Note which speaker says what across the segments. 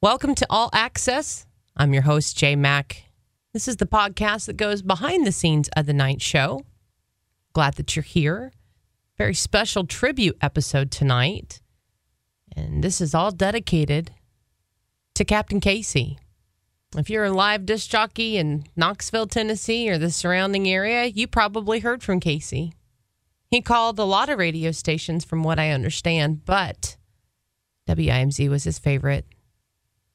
Speaker 1: Welcome to All Access. I'm your host, Jay Mack. This is the podcast that goes behind the scenes of the night show. Glad that you're here. Very special tribute episode tonight. And this is all dedicated to Captain Casey. If you're a live disc jockey in Knoxville, Tennessee, or the surrounding area, you probably heard from Casey. He called a lot of radio stations, from what I understand, but WIMZ was his favorite.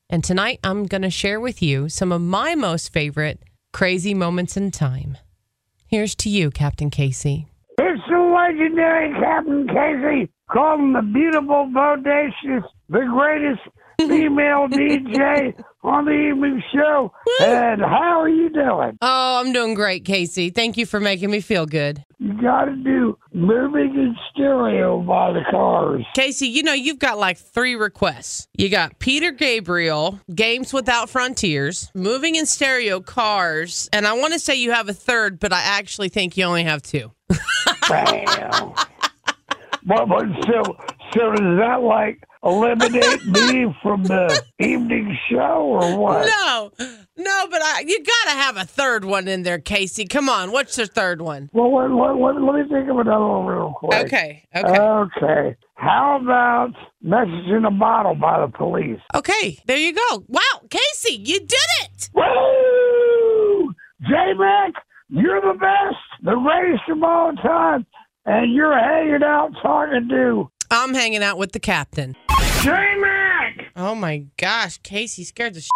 Speaker 1: And tonight, I'm going to share with you some of my most favorite crazy moments in time. Here's to you, Captain Casey.
Speaker 2: It's the legendary Captain Casey, called him the beautiful, bodacious, the greatest female DJ on the evening show. And how are you doing?
Speaker 1: Oh, I'm doing great, Casey. Thank you for making me feel good.
Speaker 2: You got to do moving in stereo by the cars.
Speaker 1: Casey, you know, you've got like three requests. You got Peter Gabriel, Games Without Frontiers, Moving in Stereo Cars, and I want to say you have a third, but I actually think you only have two.
Speaker 2: Bam. but, but so, so does that like eliminate me from the evening show or what?
Speaker 1: No, no, but I, you got to have a third one in there, Casey. Come on, what's your third one?
Speaker 2: Well, let, let, let, let me think of another one real quick.
Speaker 1: Okay, okay.
Speaker 2: Okay. How about message in a bottle by the police?
Speaker 1: Okay, there you go. Wow, Casey, you did it.
Speaker 2: Woo! J Mac, you're the best, the greatest of all time, and you're hanging out talking to
Speaker 1: I'm hanging out with the captain.
Speaker 2: J Mac!
Speaker 1: Oh my gosh, Casey scared the shit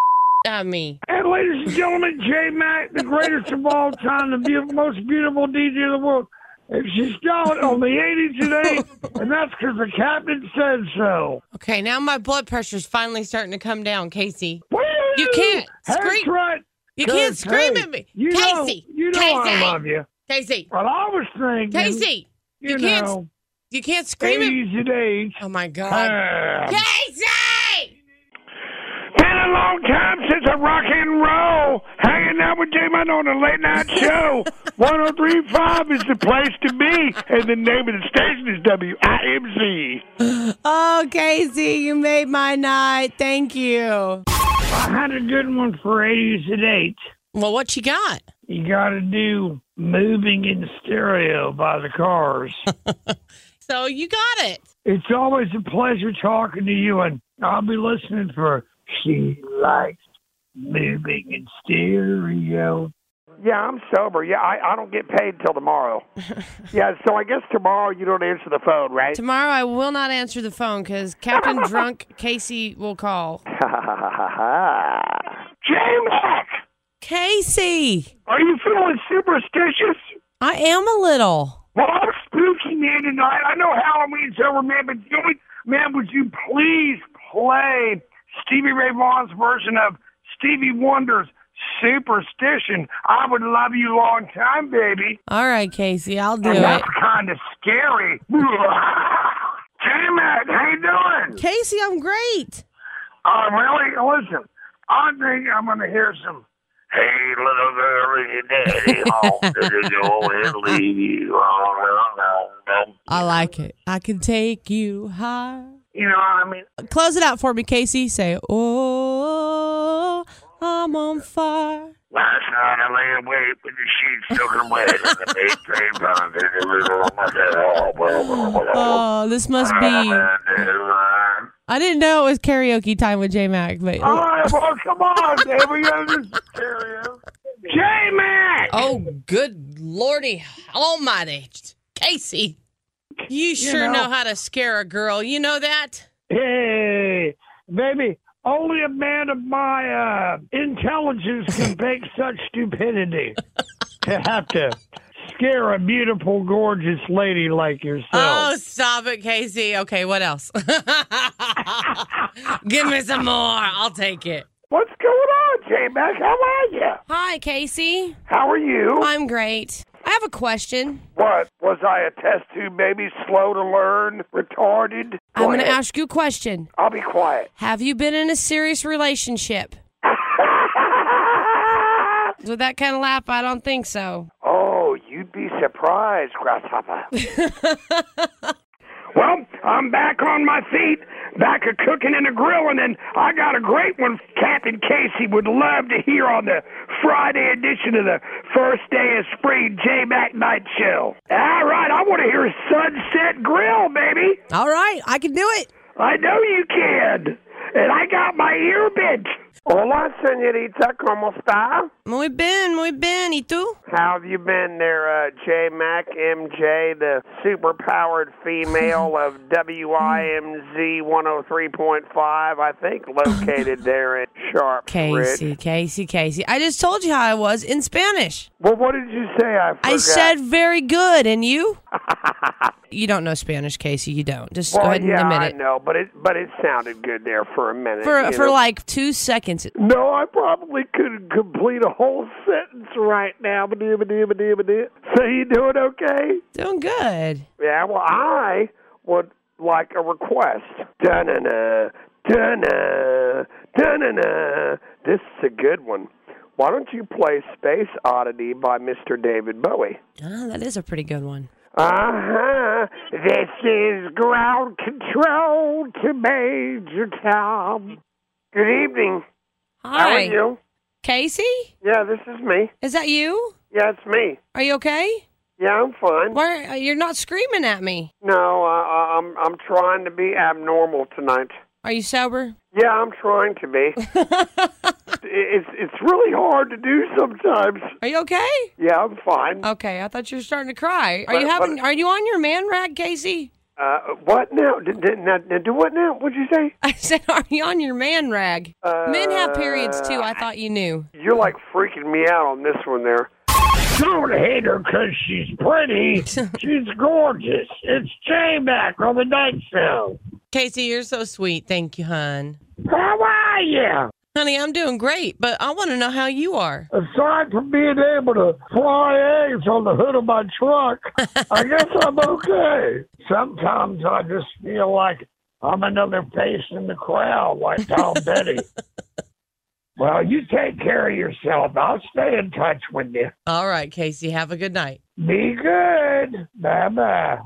Speaker 1: out of me.
Speaker 2: And ladies and gentlemen, J Mac, the greatest of all time, the beautiful, most beautiful DJ in the world. And she's got it on the 80 today, and that's because the captain said so.
Speaker 1: Okay, now my blood pressure's finally starting to come down, Casey.
Speaker 2: Woo!
Speaker 1: You can't
Speaker 2: That's
Speaker 1: scream-
Speaker 2: right.
Speaker 1: You can't
Speaker 2: Because,
Speaker 1: scream
Speaker 2: hey,
Speaker 1: at me,
Speaker 2: You know,
Speaker 1: Casey.
Speaker 2: you know I
Speaker 1: Casey.
Speaker 2: love you.
Speaker 1: Casey,
Speaker 2: But I was thinking,
Speaker 1: Casey,
Speaker 2: you,
Speaker 1: you can't
Speaker 2: know,
Speaker 1: you can't scream at me.
Speaker 2: age at age.
Speaker 1: Oh my god,
Speaker 2: Um,
Speaker 1: Casey!
Speaker 2: Been a long time since I rock and roll. Hanging out with J Man on a late night show. 1035 is the place to be, and the name of the station is WIMZ.
Speaker 1: Oh, Casey, you made my night. Thank you.
Speaker 2: I had a good one for 80s and 8.
Speaker 1: Well, what you got?
Speaker 2: You gotta do moving in stereo by the cars.
Speaker 1: So you got it.
Speaker 2: It's always a pleasure talking to you, and I'll be listening for She Likes Moving in Stereo. Yeah, I'm sober. Yeah, I, I don't get paid till tomorrow. yeah, so I guess tomorrow you don't answer the phone, right?
Speaker 1: Tomorrow I will not answer the phone because Captain Drunk Casey will call.
Speaker 2: James,
Speaker 1: Casey,
Speaker 2: are you feeling superstitious?
Speaker 1: I am a little.
Speaker 2: Well, I'm spooky, man, tonight. I know Halloween's over, man, but you, man, would you please play Stevie Ray Vaughan's version of Stevie Wonder's Superstition? I would love you long time, baby.
Speaker 1: All right, Casey, I'll do it.
Speaker 2: That's kind of scary. Damn it, how you doing?
Speaker 1: Casey, I'm great.
Speaker 2: Uh, really? Listen, I think I'm going to hear some. Hey, little girl, is your daddy home? Did he go and leave you?
Speaker 1: I like it. I can take you high.
Speaker 2: You know, I mean,
Speaker 1: Close it out for me, Casey. Say, oh, I'm on fire.
Speaker 2: Last night I lay awake with the sheets soaking wet and the big train pounded the river on my head. Oh, blah, blah, blah, blah.
Speaker 1: Oh, this must be. I didn't know it was karaoke time with J Mac, but
Speaker 2: All right, well, come on, Dave. We got this stereo. J-Mac!
Speaker 1: Oh, good lordy almighty. Casey, you sure
Speaker 2: know-
Speaker 1: know. how to scare a girl. You know that?
Speaker 2: Hey, baby, only a man of my uh, intelligence can make such stupidity. to have to scare a beautiful, gorgeous lady like yourself.
Speaker 1: Oh, stop it, Casey. Okay, what else? Give me some more. I'll take it.
Speaker 2: What's going on, J-Mac? How are you?
Speaker 3: Hi, Casey.
Speaker 2: How are you?
Speaker 3: I'm great. I have a question.
Speaker 2: What? Was I a test tube baby, slow to learn, retarded?
Speaker 3: I'm
Speaker 2: Go
Speaker 3: going to
Speaker 2: ahead.
Speaker 3: ask you a question.
Speaker 2: I'll be quiet.
Speaker 3: Have you been in a serious relationship? With that kind of laugh, I don't think so.
Speaker 2: oh, you'd be surprised, Grasshopper. well, I'm back on my feet, back of cooking and a grilling, and I got a great one Captain Casey would love to hear on the Friday edition of the First Day of Spring J Mac Night Show. All right, I want to hear Sunset Grill, baby.
Speaker 4: All right, I can do it.
Speaker 2: I know you can. And I got my earbit. Hola, senorita. ¿Cómo está?
Speaker 1: Muy bien, muy bien. ¿Y tú?
Speaker 2: How have you been there, uh, J Mac MJ, the superpowered female of WIMZ 103.5, I think located there in Sharp
Speaker 1: Casey,
Speaker 2: Ridge.
Speaker 1: Casey, Casey. I just told you how I was in Spanish.
Speaker 2: Well, what did you say? I forgot.
Speaker 1: I said very good, and you? you don't know Spanish, Casey. You don't. Just
Speaker 2: well,
Speaker 1: go ahead and
Speaker 2: yeah,
Speaker 1: admit
Speaker 2: I
Speaker 1: it.
Speaker 2: know, but it but it sounded good there for a minute.
Speaker 1: For
Speaker 2: you
Speaker 1: for
Speaker 2: know.
Speaker 1: like two seconds.
Speaker 2: No, I probably couldn't complete a whole sentence right now. Ba-dee, ba-dee, ba-dee, ba-dee. So you doing okay?
Speaker 1: Doing good.
Speaker 2: Yeah, well, I would like a request. Da-na-na, da-na, da-na-na. This is a good one. Why don't you play Space Oddity by Mr. David Bowie?
Speaker 1: Ah, that is a pretty good one.
Speaker 2: Uh-huh. This is ground control to Major Tom. Good evening. How are
Speaker 1: Hi.
Speaker 2: you?
Speaker 1: Casey?
Speaker 2: Yeah, this is me.
Speaker 1: Is that you?
Speaker 2: Yeah, it's me.
Speaker 1: Are you okay?
Speaker 2: Yeah, I'm fine.
Speaker 1: Why are, uh, you're not screaming at me?
Speaker 2: No, I, I- I'm I'm trying to be abnormal tonight.
Speaker 1: Are you sober?
Speaker 2: Yeah, I'm trying to be. it's it's really hard to do sometimes.
Speaker 1: Are you okay?
Speaker 2: Yeah, I'm fine.
Speaker 1: Okay, I thought you were starting to cry. Are
Speaker 2: What-
Speaker 1: you having?
Speaker 2: what-
Speaker 1: Are you on your man rag, Casey?
Speaker 2: Uh, what now? Did, did, now? now Do what now? What'd you say?
Speaker 1: I said, are you on your man rag? Men have periods too. I thought you knew.
Speaker 2: You're like freaking me out on this one there.
Speaker 5: Don't hate her 'cause she's pretty. she's gorgeous. It's J Mac on the night show.
Speaker 6: Casey, you're so sweet. Thank you, hon.
Speaker 5: How are you?
Speaker 6: Honey, I'm doing great, but I want to know how you are.
Speaker 5: Aside from being able to fry eggs on the hood of my truck, I guess I'm okay. Sometimes I just feel like I'm another face in the crowd, like Tom Petty. Well, you take care of yourself. I'll stay in touch with you.
Speaker 6: All right, Casey, have a good night.
Speaker 5: Be good. Bye bye.